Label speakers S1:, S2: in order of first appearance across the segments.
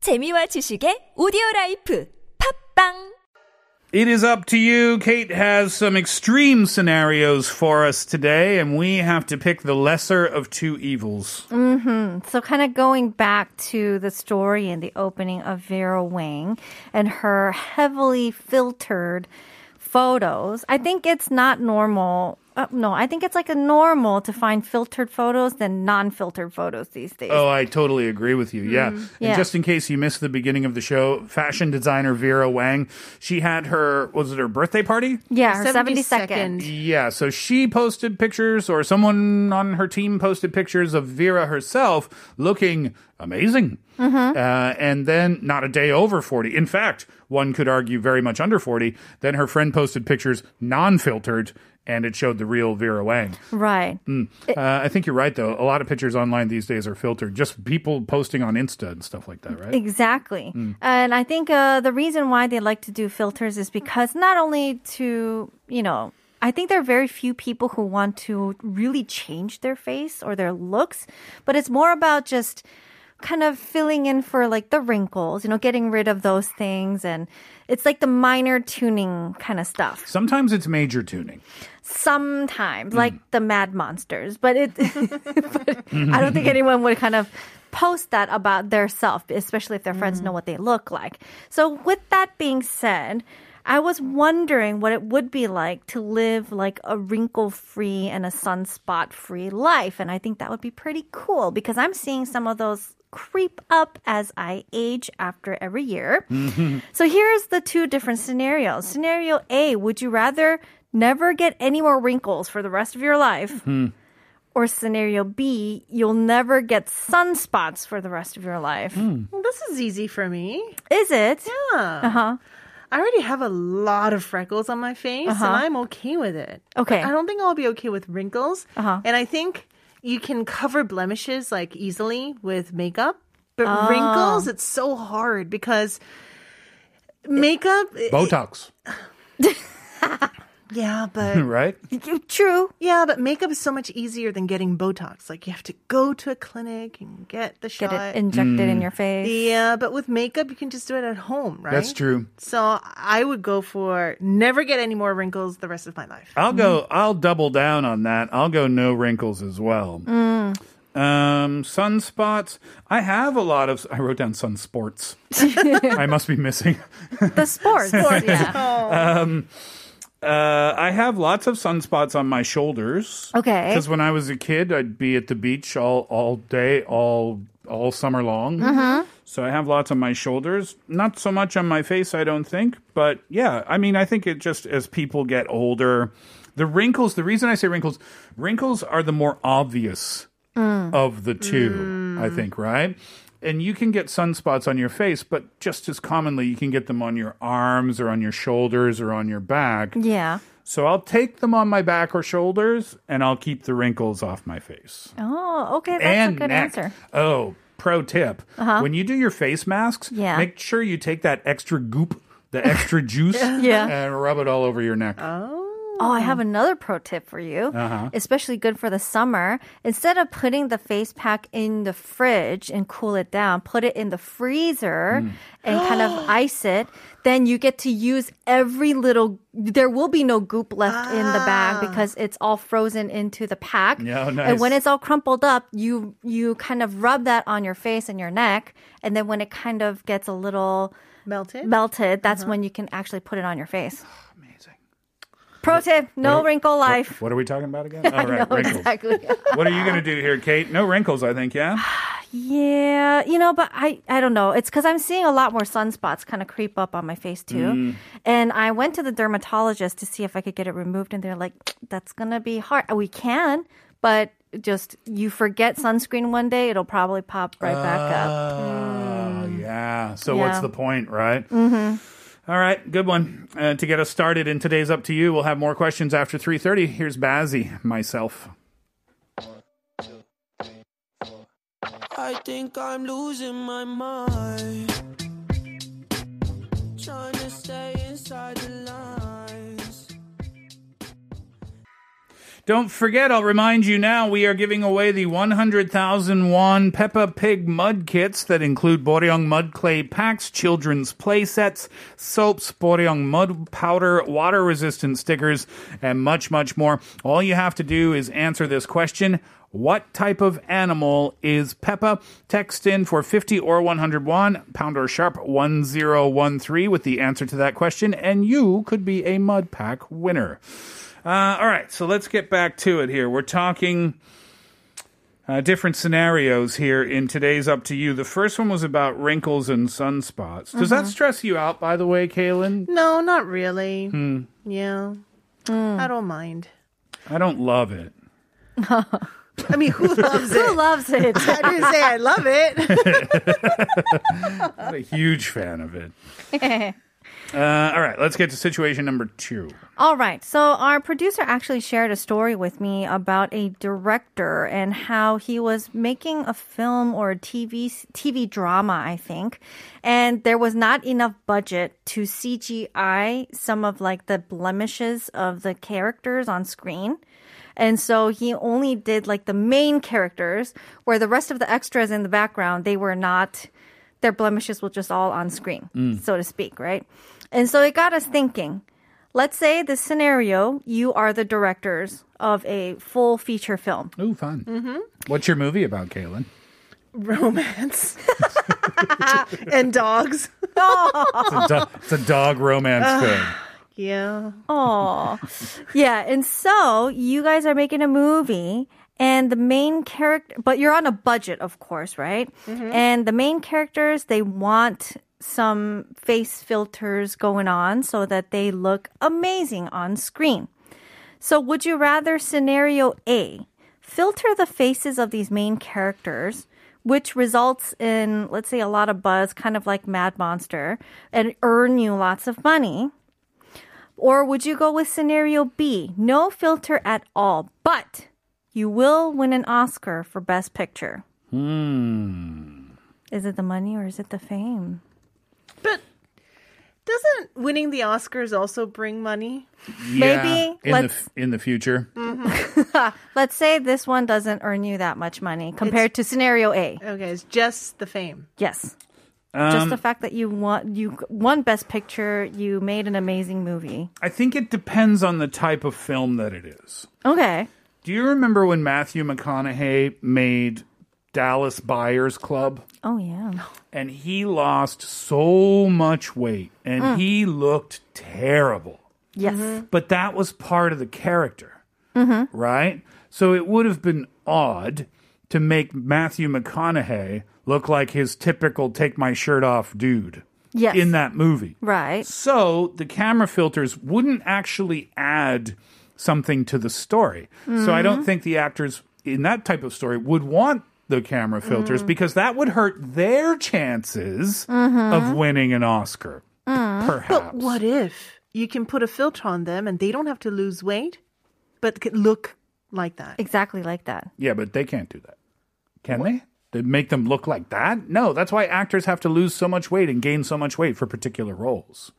S1: 재미와 지식의 오디오 라이프 팝빵
S2: It is up to you. Kate has some extreme scenarios for us today, and we have to pick the lesser of two evils.
S3: So, kind of going back to the story and the opening of Vera Wang and her heavily filtered photos, I think it's not normal. Uh, no, I think it's like a normal to find filtered photos than non filtered photos these days.
S2: Oh, I totally agree with you. Yeah. And
S3: Yeah.
S2: just in case you missed the beginning of the show, fashion designer Vera Wang, she had her, was it her birthday party?
S3: yeah, her 72nd.
S4: 72nd.
S2: Yeah, so she posted pictures, or someone on her team posted pictures of Vera herself looking amazing. Uh, and then, not a day over 40. In fact, one could argue very much under 40. Then her friend posted pictures non filtered, and it showed the real Vera Wang.
S3: Right.
S2: Uh, I think you're right, though. A lot of pictures online these days are filtered, just people posting on Insta and stuff like that, right?
S3: Exactly. And I think uh, the reason why they like to do filters is because not only to, you know, I think there are very few people who want to really change their face or their looks, but it's more about just kind of filling in for like the wrinkles, you know, getting rid of those things. And it's like the minor tuning kind of stuff
S2: Sometimes it's major tuning.
S3: sometimes, like the Mad Monsters. But it, but I don't think anyone would kind of post that about their self, especially if their friends know what they look like. So, with that being said, I was wondering what it would be like to live like a wrinkle free and a sunspot free life. And I think that would be pretty cool because I'm seeing some of those creep up as I age after every year. So here's the two different scenarios. Scenario A, would you rather never get any more wrinkles for the rest of your life?
S2: Hmm.
S3: Or scenario B, you'll never get sunspots for the rest of your life.
S2: Hmm.
S4: Well, this is easy for me.
S3: Is it?
S4: Yeah.
S3: Uh-huh.
S4: I already have a lot of freckles on my face, and I'm okay with it.
S3: Uh-huh. Okay.
S4: But I don't think I'll be okay with wrinkles.
S3: Uh-huh.
S4: And I think you can cover blemishes like easily with makeup, but
S3: Ah.
S4: wrinkles, it's so hard because makeup.
S2: Botox,
S4: yeah, but.
S2: right?
S3: You- True.
S4: Yeah, but makeup is so much easier than getting Botox. Like you have to go to a clinic and get the shot.
S3: Get it injected
S2: Hmm.
S3: in your face.
S4: Yeah, but with makeup, you can just do it at home, right?
S2: That's true.
S4: So I would go for never get any more wrinkles the rest of my life.
S2: I'll go. I'll double down on that. I'll go no wrinkles as well. Um, sunspots. I have a lot of. I wrote down sunsports. I must be missing.
S3: The sports. yeah.
S2: Uh, I have lots of sunspots on my shoulders.
S3: Okay.
S2: Because when I was a kid, I'd be at the beach all all day, all all summer long. So I have lots on my shoulders. Not so much on my face, I don't think. But yeah, I mean, I think it just as people get older, the wrinkles. The reason I say wrinkles, wrinkles are the more obvious of the two, I think, right? And you can get sunspots on your face, but just as commonly, you can get them on your arms or on your shoulders or on your back.
S3: Yeah.
S2: So I'll take them on my back or shoulders and I'll keep the wrinkles off my face.
S3: Oh, okay. That's
S2: and
S3: a good
S2: neck.
S3: answer. Uh-huh.
S2: Oh, pro tip. When you do your face masks,
S3: Yeah.
S2: make sure you take that extra goop, the extra juice,
S3: Yeah.
S2: and rub it all over your neck.
S3: Oh, I have another pro tip for you,
S2: Uh-huh.
S3: especially good for the summer. Instead of putting the face pack in the fridge and cool it down, put it in the freezer
S2: Mm.
S3: and kind of ice it. Then you get to use every little, there will be no goop left in the bag because it's all frozen into the
S2: Ah.
S3: pack.
S2: Yeah, oh, nice.
S3: And when it's all crumpled up, you, you kind of rub that on your face and your neck. And then when it kind of gets a little
S4: Melted?
S3: melted, that's
S2: Uh-huh.
S3: when you can actually put it on your face. Pro tip,
S2: What
S3: no
S2: are-
S3: wrinkle
S2: what-
S3: life.
S2: What, are we talking about again? All right, wrinkles.
S3: Exactly.
S2: What are you going to do here, Kate? No wrinkles, I think, yeah?
S3: yeah, you know, but I, I don't know. It's because I'm seeing a lot more sunspots kind of creep up on my face
S2: Mm.
S3: too. And I went to the dermatologist to see if I could get it removed, and they're like, "That's gonna be hard. We can, but just you forget sunscreen one day, it'll probably pop right back
S2: Uh.
S3: up."
S2: Oh, yeah. So what's
S3: Yeah.
S2: the point, right? Mm-hmm. right, good one. Uh, to get us started in today's Up to You, we'll have more questions after 3.30. Here's Bazzy, myself.
S5: I think I'm losing my mind. Trying to stay inside the lines.
S2: Don't forget, I'll remind you now, we are giving away the 100,000 won Peppa Pig mud kits that include Boryong mud clay packs, children's play sets, soaps, Boryong mud powder, water resistant stickers, and much, much more. All you have to do is answer this question. What type of animal is Peppa? Text in for 50 or 101, pound or sharp 1013 with the answer to that question, and you could be a mud pack winner. Uh, all right, so let's get back to it here. We're talking uh, different scenarios here in today's Up to You. The first one was about wrinkles and sunspots. Does that stress you out, by the way, Kaylin?
S4: No, not really.
S2: Hmm.
S4: Yeah. I don't mind.
S2: I don't love it.
S4: I mean, who loves it?
S3: Who loves it?
S4: I didn't say I love it.
S2: I'm a huge fan of it. Uh, all right, let's get to situation number two.
S3: All right. So our producer actually shared a story with me about a director and how he was making a film or a TV s- TV drama, I think, and there was not enough budget to CGI some of like the blemishes of the characters on screen. And so he only did like the main characters where the rest of the extras in the background they were not their blemishes were just all on screen, so to speak, right? And so it got us thinking. Let's say the scenario you are the directors of a full feature film.
S2: Ooh, fun. Mm-hmm. What's your movie about, Kaylin?
S4: Romance and dogs.
S2: It's a, do- it's a dog romance film.
S4: Yeah.
S3: Oh, yeah. And so you guys are making a movie, and the main character, but you're on a budget, of course, right? And the main characters, they want some face filters going on so that they look amazing on screen. So, would you rather scenario A, filter the faces of these main characters? Which results in, let's say, a lot of buzz, kind of like Mad Monster, and earn you lots of money. Or would you go with scenario B? No filter at all, but you will win an Oscar for Best Picture. Hmm. Is it the money or is it the fame?
S4: But doesn't winning the Oscars also bring money?
S2: Yeah, in the,
S3: let's-
S2: f- in the future.
S3: Let's say this one doesn't earn you that much money compared to scenario A.
S4: Okay, it's just the fame.
S3: Yes. Just the fact that you won, you won Best Picture, you made an amazing movie.
S2: I think it depends on the type of film that it is.
S3: Okay.
S2: Do you remember when Matthew McConaughey made Dallas Buyers Club?
S3: Oh, yeah.
S2: And he lost so much weight and he looked terrible.
S3: Yes.
S2: But that was part of the character, right? So it would have been odd to make Matthew McConaughey look like his typical take my shirt off dude
S3: Yes.
S2: in that movie.
S3: Right.
S2: So the camera filters wouldn't actually add something to the story. So I
S4: Mm-hmm.
S2: don't think the actors in that type of story would want the camera filters
S4: Mm.
S2: because that would hurt their chances of winning an Oscar. Perhaps.
S4: Mm-hmm. Mm. But what if you can put a filter on them and they don't have to lose weight, but can look like that?
S3: Exactly like that.
S2: Yeah, but they can't do that. Can they? They make them look like that? No, that's why actors have to lose so much weight and gain so much weight for particular roles.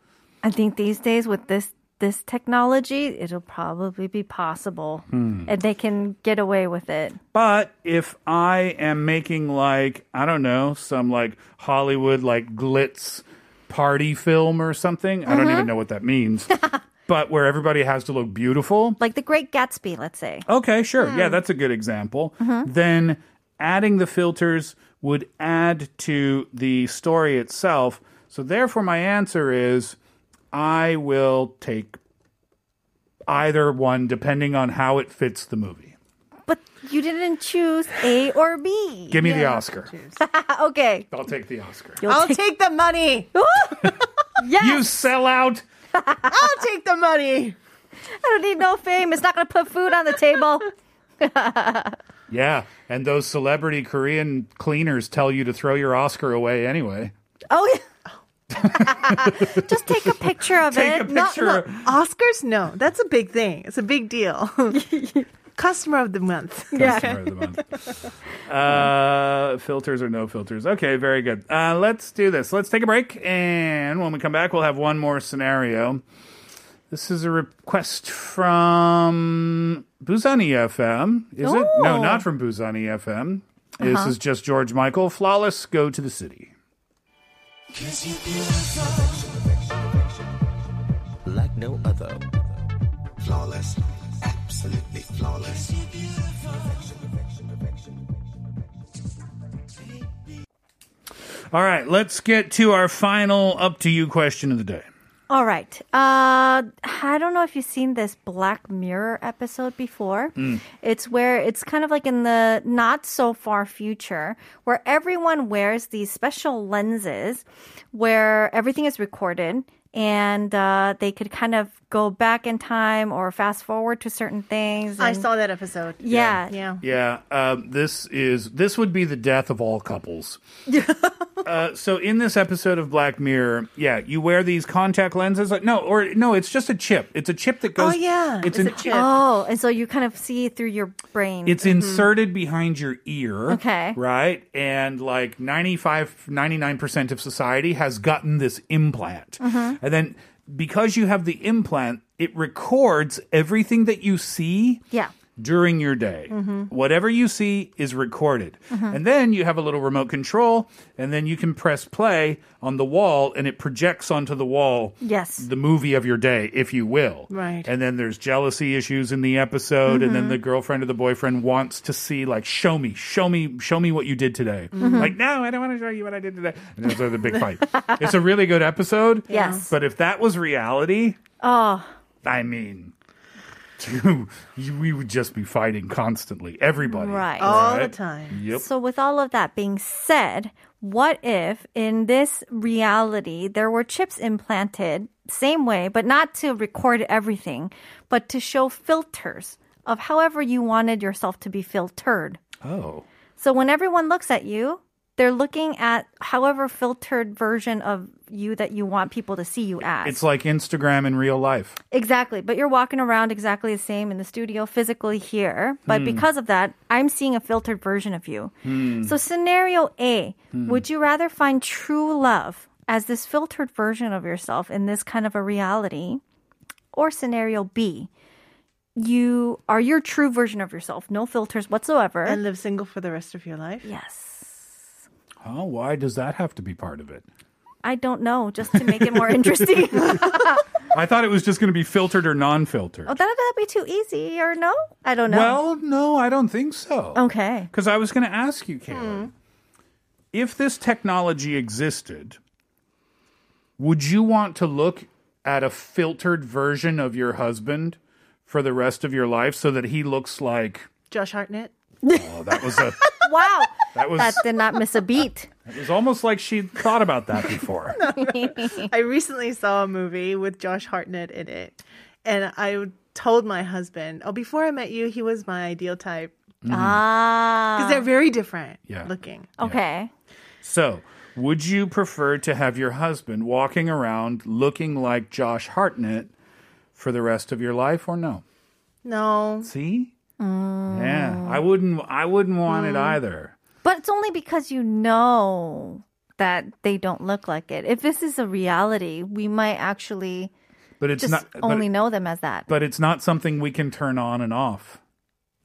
S3: I think these days with this this technology, it'll probably be possible,
S2: Hmm.
S3: and they can get away with it.
S2: But if I am making like I don't know some like Hollywood like glitz party film or something, I don't even know what that means. but where everybody has to look beautiful.
S3: Like the Great Gatsby, let's say.
S2: Okay, sure. Yeah, that's a good example. Then adding the filters would add to the story itself. So therefore my answer is I will take either one depending on how it fits the movie.
S3: But you didn't choose A or B.
S2: Give me the Oscar.
S3: okay.
S2: I'll take the Oscar.
S4: I'll take the money.
S3: Yes.
S2: You sell out.
S4: I'll take the money.
S3: I don't need no fame. It's not going to put food on the table.
S2: Yeah, and those celebrity Korean cleaners tell you to throw your Oscar away anyway.
S3: Oh yeah. Just take a picture of
S2: Take
S3: it.
S2: a
S3: No,
S2: picture.
S3: no.
S4: Oscars? No, that's a big thing. It's a big deal. Customer of the month.
S2: Customer of the month. Uh, filters or no filters? Okay, very good. Uh, let's do this. Let's take a break, and when we come back, we'll have one more scenario. This is a request from Buzani FM. Is it? No,
S3: Oh.
S2: not from Buzani FM. This is just George Michael. Flawless, go to the city.
S5: Cause you're beautiful.
S6: like no other.
S5: Flawless. Absolutely flawless. Cause you're beautiful.
S2: All right, let's get to our final up to you question of the day.
S3: All right. Uh, I don't know if you've seen this Black Mirror episode before. It's where it's kind of like in the not so far future where everyone wears these special lenses where everything is recorded and uh, they could kind of go back in time or fast forward to certain things.
S4: I
S3: and-
S4: saw that episode.
S3: Yeah.
S4: Yeah.
S2: Yeah, um, this is this would be the death of all couples. uh, so in this episode of Black Mirror, yeah, you wear these contact lenses. Like, no, or no, it's just a chip. It's a chip that goes.
S4: Oh yeah,
S2: it's,
S4: a
S2: an-
S4: chip. mm-hmm.
S3: Oh, and so you kind of see through your brain.
S2: It's inserted behind your ear.
S3: Okay.
S2: Right? And like 95, 99% of society has gotten this implant.
S4: Mm-hmm.
S2: And then because you have the implant, it records everything that you see
S3: yeah.
S2: during your day. Whatever you see is recorded. And then you have a little remote control, and then you can press play on the wall, and it projects onto the wall
S3: Yes.
S2: the movie of your day, if you will.
S4: Right.
S2: And then there's jealousy issues in the episode, and then the girlfriend or the boyfriend wants to see, like, show me, show me, show me what you did today. Like, no, I don't want to show you what I did today. And there's the big fight. it's a really good episode.
S3: Yes.
S2: But if that was reality,
S3: Oh,
S2: I mean, you, you, we would just be fighting constantly. Everybody.
S3: right.
S4: all the
S2: Right.
S4: time.
S2: Yep.
S3: So, with all of that being said, what if in this reality there were chips implanted, same way, but not to record everything, but to show filters of however you wanted yourself to be filtered?
S2: Oh.
S3: So, when everyone looks at you, they're looking at however filtered version of you that you want people to see you as.
S2: It's like Instagram in real life.
S3: Exactly. But you're walking around exactly the same in the studio physically here. But
S2: Hmm.
S3: because of that, I'm seeing a filtered version of you. So, scenario A
S2: Hmm.
S3: would you rather find true love as this filtered version of yourself in this kind of a reality? Or scenario B, you are your true version of yourself, no filters whatsoever.
S4: And live single for the rest of your life.
S3: yes.
S2: Oh, why does that have to be part of it?
S3: I don't know, just to make it more interesting. oh,
S2: I thought it was just going to be filtered or non filtered.
S3: that'd, that'd be too easy, or Oh, no? I don't know.
S2: Well, no, I don't think so.
S3: okay.
S2: Because I was going to ask you, Karen, if this technology existed, would you want to look at a filtered version of your husband for the rest of your life so that he looks like,
S4: Josh Hartnett.
S2: oh, that was a.
S3: Wow.
S2: That was
S3: that did not miss a beat.
S2: it was almost like she thought about that before.
S4: I recently saw a movie with Josh Hartnett in it, and I told my husband, "Oh, before I met you, he was my ideal type because
S3: Ah.
S4: they're very different
S2: Mm-hmm. Yeah.
S4: looking."
S3: Okay.
S2: So, would you prefer to have your husband walking around looking like Josh Hartnett for the rest of your life or no?
S4: No,
S2: See? Yeah, I wouldn't I wouldn't want it either.
S3: But it's only because you know that they don't look like it. If this is a reality, we might actually
S2: But it's
S3: just
S2: not but-
S3: only know them as that.
S2: but it's not something we can turn on and off.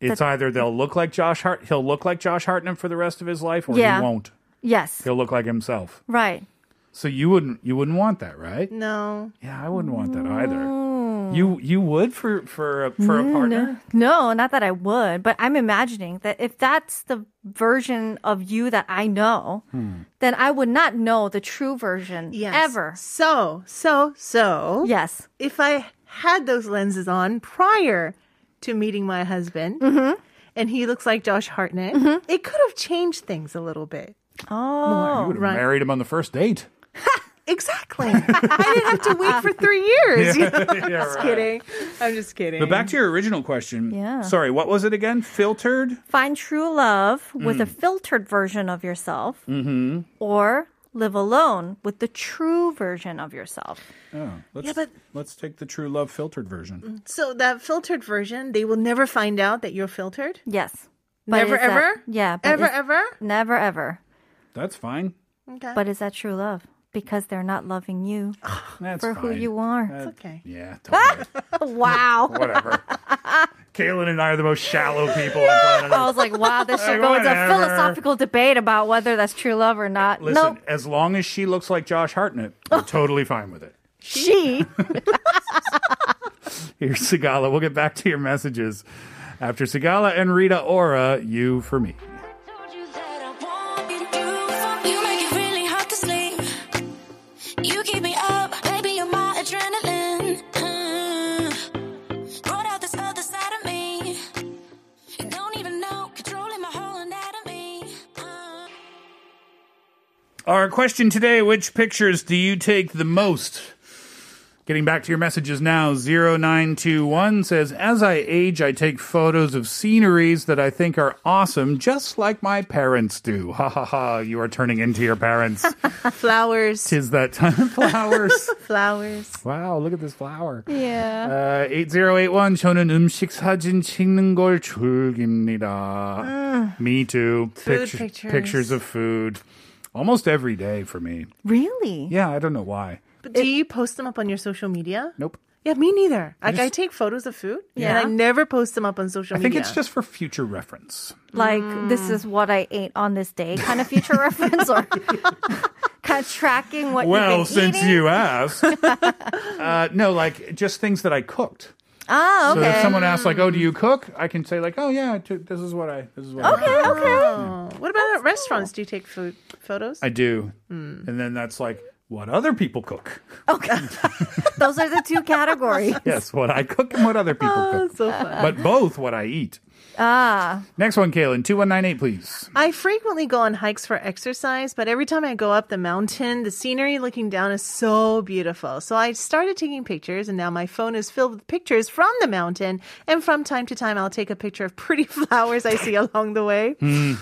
S2: It's
S3: That-
S2: either they'll look like Josh Hart he'll look like Josh Hartnett for the rest of his life or
S3: Yeah.
S2: he won't.
S3: yes.
S2: He'll look like himself.
S3: Right.
S2: So you wouldn't you wouldn't want that, right?
S4: no,
S2: Yeah, I wouldn't want that
S3: Mm.
S2: either. You you would for for a, for a partner?
S3: No, not that I would, but I'm imagining that if that's the version of you that I know,
S2: Hmm.
S3: then I would not know the true version
S4: yes,
S3: ever.
S4: So, so, so,
S3: Yes.
S4: if I had those lenses on prior to meeting my husband.
S3: Mm-hmm.
S4: And he looks like Josh Hartnett. It could have changed things a little bit.
S3: Oh.
S2: You would have
S4: right.
S2: married him on the first date.
S4: Exactly. I didn't have to wait for three years. you know? I'm
S2: Yeah,
S4: just
S2: right.
S4: kidding. I'm just kidding.
S2: But back to your original question.
S3: Yeah.
S2: Sorry, what was it again? Filtered?
S3: find true love with
S2: Mm.
S3: a filtered version of yourself
S2: Mm-hmm.
S3: or live alone with the true version of yourself.
S2: Oh, let's,
S4: Yeah, but-
S2: let's take the true love filtered
S3: Mm.
S2: version.
S4: So that filtered version, they will never find out that you're filtered.
S3: Yes.
S4: never
S3: is that-
S4: ever.
S3: yeah. but
S4: Ever
S3: is-
S4: ever.
S3: Never ever.
S2: That's fine.
S4: Okay.
S3: But is that true love? because they're not loving you
S2: That's
S3: for who
S2: fine.
S3: you are.
S4: It's okay.
S2: Yeah, totally.
S3: wow.
S2: whatever. Kaylin and I are the most shallow people on planet
S3: I
S2: Earth.
S3: was like, wow, this
S2: Like,
S3: should go into a
S2: whatever.
S3: philosophical debate about whether that's true love or not.
S2: Listen,
S3: nope.
S2: as long as she looks like Josh Hartnett, we're totally fine with it.
S3: She.
S2: Here's Sigala. We'll get back to your messages after Sigala and Rita Ora. You for me.
S6: Told you that I wanted you. You make it really hard to sleep. You keep me up, baby. You're my adrenaline. Mm. Brought out this other side of me. You don't even know, controlling my whole anatomy. Uh.
S2: Our question today which pictures do you take the most? Getting back to your messages now, 0921 says, As I age, I take photos of sceneries that I think are awesome, just like my parents do. Ha ha ha, you are turning into your parents.
S4: Flowers.
S2: Tis that time. Flowers.
S4: Flowers.
S2: wow, look at this flower.
S3: yeah.
S2: Uh, 8081 저는 음식 사진 찍는 걸
S3: Ah.
S2: 즐깁니다. Me too.
S4: Food
S2: Pictu-
S4: pictures.
S2: pictures of food. Almost every day for me.
S3: Really?
S2: Yeah, I don't know why.
S4: But do you post them up on your social media?
S2: Nope.
S4: Yeah, me neither. Like I take photos of food and I never post them up on social
S2: I think
S4: media.
S2: it's just for future reference.
S3: Like, this is what I ate on this day kind of future reference or kind of tracking what
S2: Well,
S3: you've been
S2: since
S3: eating?
S2: you asked. uh, no, like just things that I cooked.
S3: Oh,
S2: So if
S3: okay. Hmm.
S2: someone asks, like, "Oh, do you cook?" I can say, like, "Oh yeah, I took, this is what I this is what I cooked."
S3: okay, okay.
S4: Oh, what about at restaurants? Do you take food photos?
S2: I do." And then that's like what other people cook.
S3: Those are the two categories.
S2: Yes, what I cook and what other people cook,
S4: so fun.
S2: but both what I eat.
S3: Ah,
S2: Next one, Kaylin, two one nine eight, please.
S4: I frequently go on hikes for exercise, but every time I go up the mountain, the scenery looking down is so beautiful. So I started taking pictures, and now my phone is filled with pictures from the mountain. And from time to time, I'll take a picture of pretty flowers I see along the way.
S2: Hmm.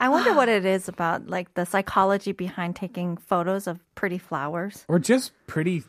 S3: I wonder what it is about, like the psychology behind taking photos of pretty flowers.
S2: Or just pretty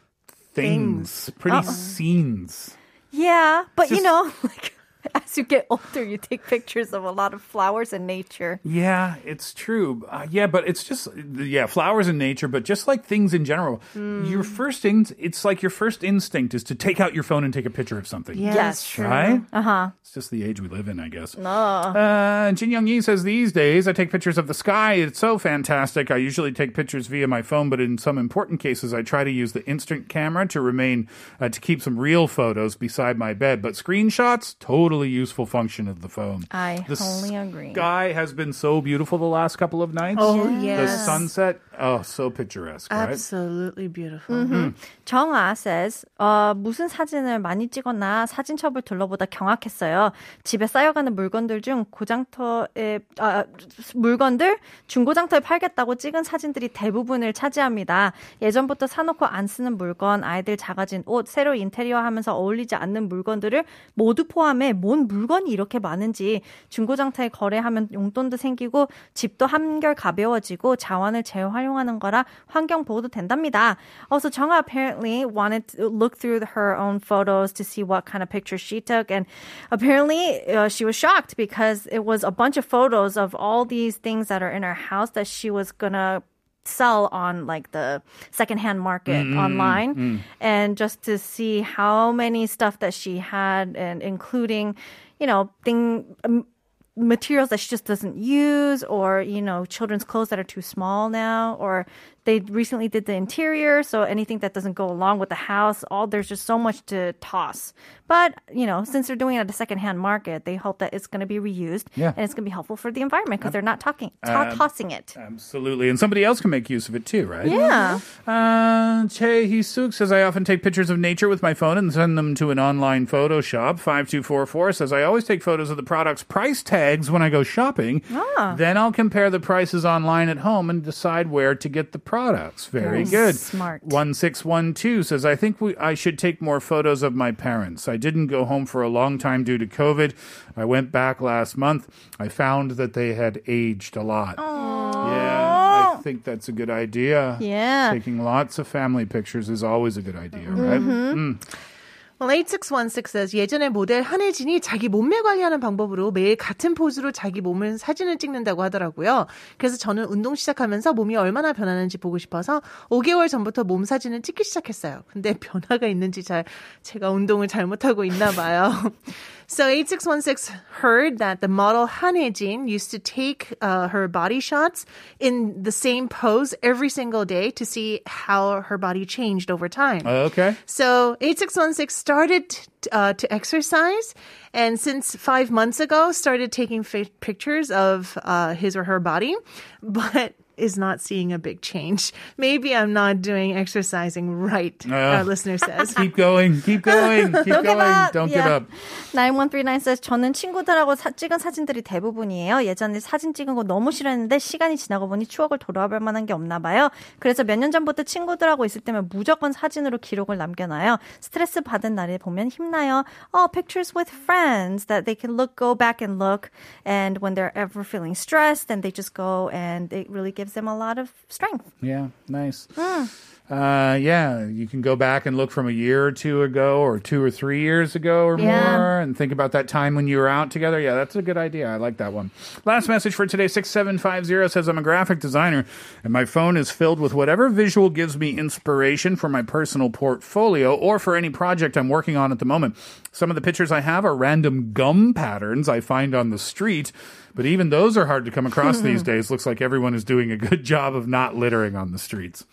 S2: things, pretty scenes.
S3: Yeah, but you
S2: Just-
S3: know, like as you get older, you take pictures of a lot of flowers in nature.
S2: Yeah, it's true. Uh, yeah, but it's just yeah, flowers in nature, but just like things in general, your first in, it's like your first instinct is to take out your phone and take a picture of something.
S4: Yeah,
S3: Yes.
S4: that's
S2: Right? Uh huh. It's just the age we live in, I guess. No. Jin Young Yi says these days I take pictures of the sky. It's so fantastic. I usually take pictures via my phone, but in some important cases, I try to use the instant camera to remain uh, to keep some real photos beside my bed. But screenshots, totally useful function of the phone.
S3: I
S2: the
S3: wholly agree.
S2: Sky has been so beautiful the last couple of nights.
S4: Oh,
S2: the
S4: yes.
S2: sunset. Oh, so picturesque, right?
S4: Absolutely beautiful.
S3: 정아 says, 어, 무슨 사진을 많이 찍었나 사진첩을 둘러보다 경악했어요. 집에 쌓여가는 물건들 중 고장터에 아, 물건들 중고장터에 팔겠다고 찍은 사진들이 대부분을 차지합니다. 예전부터 사놓고 안 쓰는 물건, 아이들 작아진 옷, 새로 인테리어 하면서 어울리지 않는 물건들을 모두 포함해 뭔 물건이 이렇게 많은지 중고장터에 거래하면 용돈도 생기고 집도 한결 가벼워지고 자원을 재활용하는 거라 환경 보호도 된답니다. Also, Changa apparently wanted to look through her own photos to see what kind of pictures she took, and apparently uh, she was shocked because it was a bunch of photos of all these things that are in her house that she was gonna sell on like the secondhand market online and just to see how many stuff that she had and including you know thing um, materials that she just doesn't use or you know children's clothes that are too small now or they recently did the interior so anything that doesn't go along with the house all there's just so much to toss but you know since they're doing it at a secondhand market they hope that it's going to be reused
S2: Yeah.
S3: and it's going to be helpful for the environment because they're not talking to- tossing it
S2: Absolutely. And somebody else can make use of it too, right?
S3: yeah
S2: Uh, Che Hisuk says, I often take pictures of nature with my phone and send them to an online photo shop. 5244 says, I always take photos of the product's price tags when I go shopping.
S3: Ah.
S2: Then I'll compare the prices online at home and decide where to get the products. Very,
S3: Very
S2: good.
S3: smart.
S2: 1612 says, I think we, I should take more photos of my parents. I didn't go home for a long time due to COVID. I went back last month. I found that they had aged a lot. Yeah, I think that's a good idea.
S3: Yeah. Mm-hmm.
S2: Taking lots of family pictures is always a good idea, right?
S4: Well, 8616 어, says 예전에 모델 한혜진이 자기 몸매 관리하는 방법으로 매일 같은 포즈로 자기 몸을 사진을 찍는다고 하더라고요. 그래서 저는 운동 시작하면서 몸이 얼마나 변하는지 보고 싶어서 5개월 전부터 몸 사진을 찍기 시작했어요. 근데 변화가 있는지 잘 제가 운동을 잘못하고 있나 봐요. So 8616 heard that the model Han Jin used to take uh, her body shots in the same pose every single day to see how her body changed over time.
S2: 아, Okay.
S4: So 8616 started uh, to exercise, and since five months ago, started taking fi- pictures of uh, his or her body, but is not seeing a big change. Maybe I'm not doing exercising right,
S2: Yeah.
S4: our listener says.
S2: Keep going. Keep going. Keep
S3: Don't give
S2: going.
S3: up.
S2: Don't give
S3: Yeah.
S2: up.
S3: 9139 says 저는 친구들하고 사- 찍은 사진들이 대부분이에요. 예전에 사진 찍은 거 너무 싫어했는데 시간이 지나고 보니 추억을 돌아볼 만한 게 없나 봐요. 그래서 몇 년 전부터 친구들하고 있을 때면 무조건 사진으로 기록을 남겨놔요. 스트레스 받은 날에 보면 힘나요. Oh, pictures with friends that they can look, go back and look. And when they're ever feeling stressed, then they just go and it really gives them a lot of strength.
S2: Yeah, nice.
S3: Hmm.
S2: Uh, yeah, you can go back and look from a year or two ago, or two or three years ago, or
S3: Yeah.
S2: more, and think about that time when you were out together. Yeah, that's a good idea. I like that one. Last message for today 6750 says I'm a graphic designer, and my phone is filled with whatever visual gives me inspiration for my personal portfolio or for any project I'm working on at the moment. Some of the pictures I have are random gum patterns I find on the street. But even those are hard to come across these days. Looks like everyone is doing a good job of not littering on the streets.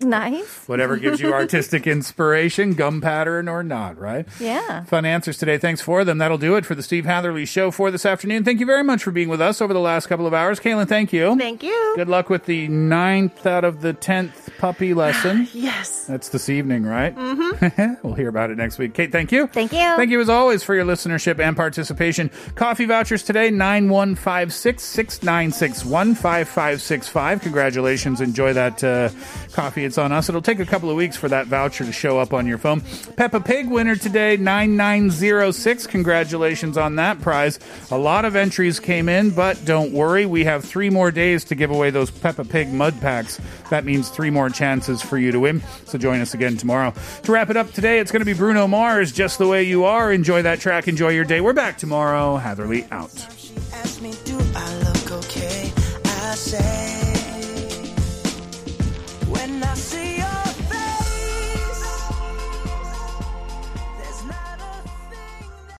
S3: Nice.
S2: Whatever gives you artistic inspiration, gum pattern or not, right?
S3: Yeah.
S2: Fun answers today. Thanks for them. That'll do it for the Steve Hatherley Show for this afternoon. Thank you very much for being with us over the last couple of hours. Kaylin, thank you.
S4: Thank you.
S2: Good luck with the ninth out of the tenth puppy lesson.
S4: Yes.
S2: That's this evening, right? Mm-hmm. we'll hear about it next week. Kate, thank you.
S3: Thank you.
S2: Thank you as always for your listenership and participation. Coffee vouchers today, 9156 Congratulations. Enjoy that uh, coffee. It's on us. It'll take a couple of weeks for that voucher to show up on your phone. Peppa Pig winner today, 9906. Congratulations on that prize. A lot of entries came in, but don't worry. We have three more days to give away those Peppa Pig mud packs. That means three more chances for you to win. So join us again tomorrow. To wrap it up today, it's going to be Bruno Mars, Just the Way You Are. Enjoy that track. Enjoy your day. We're back tomorrow. Hatherley out.
S5: She asked me, do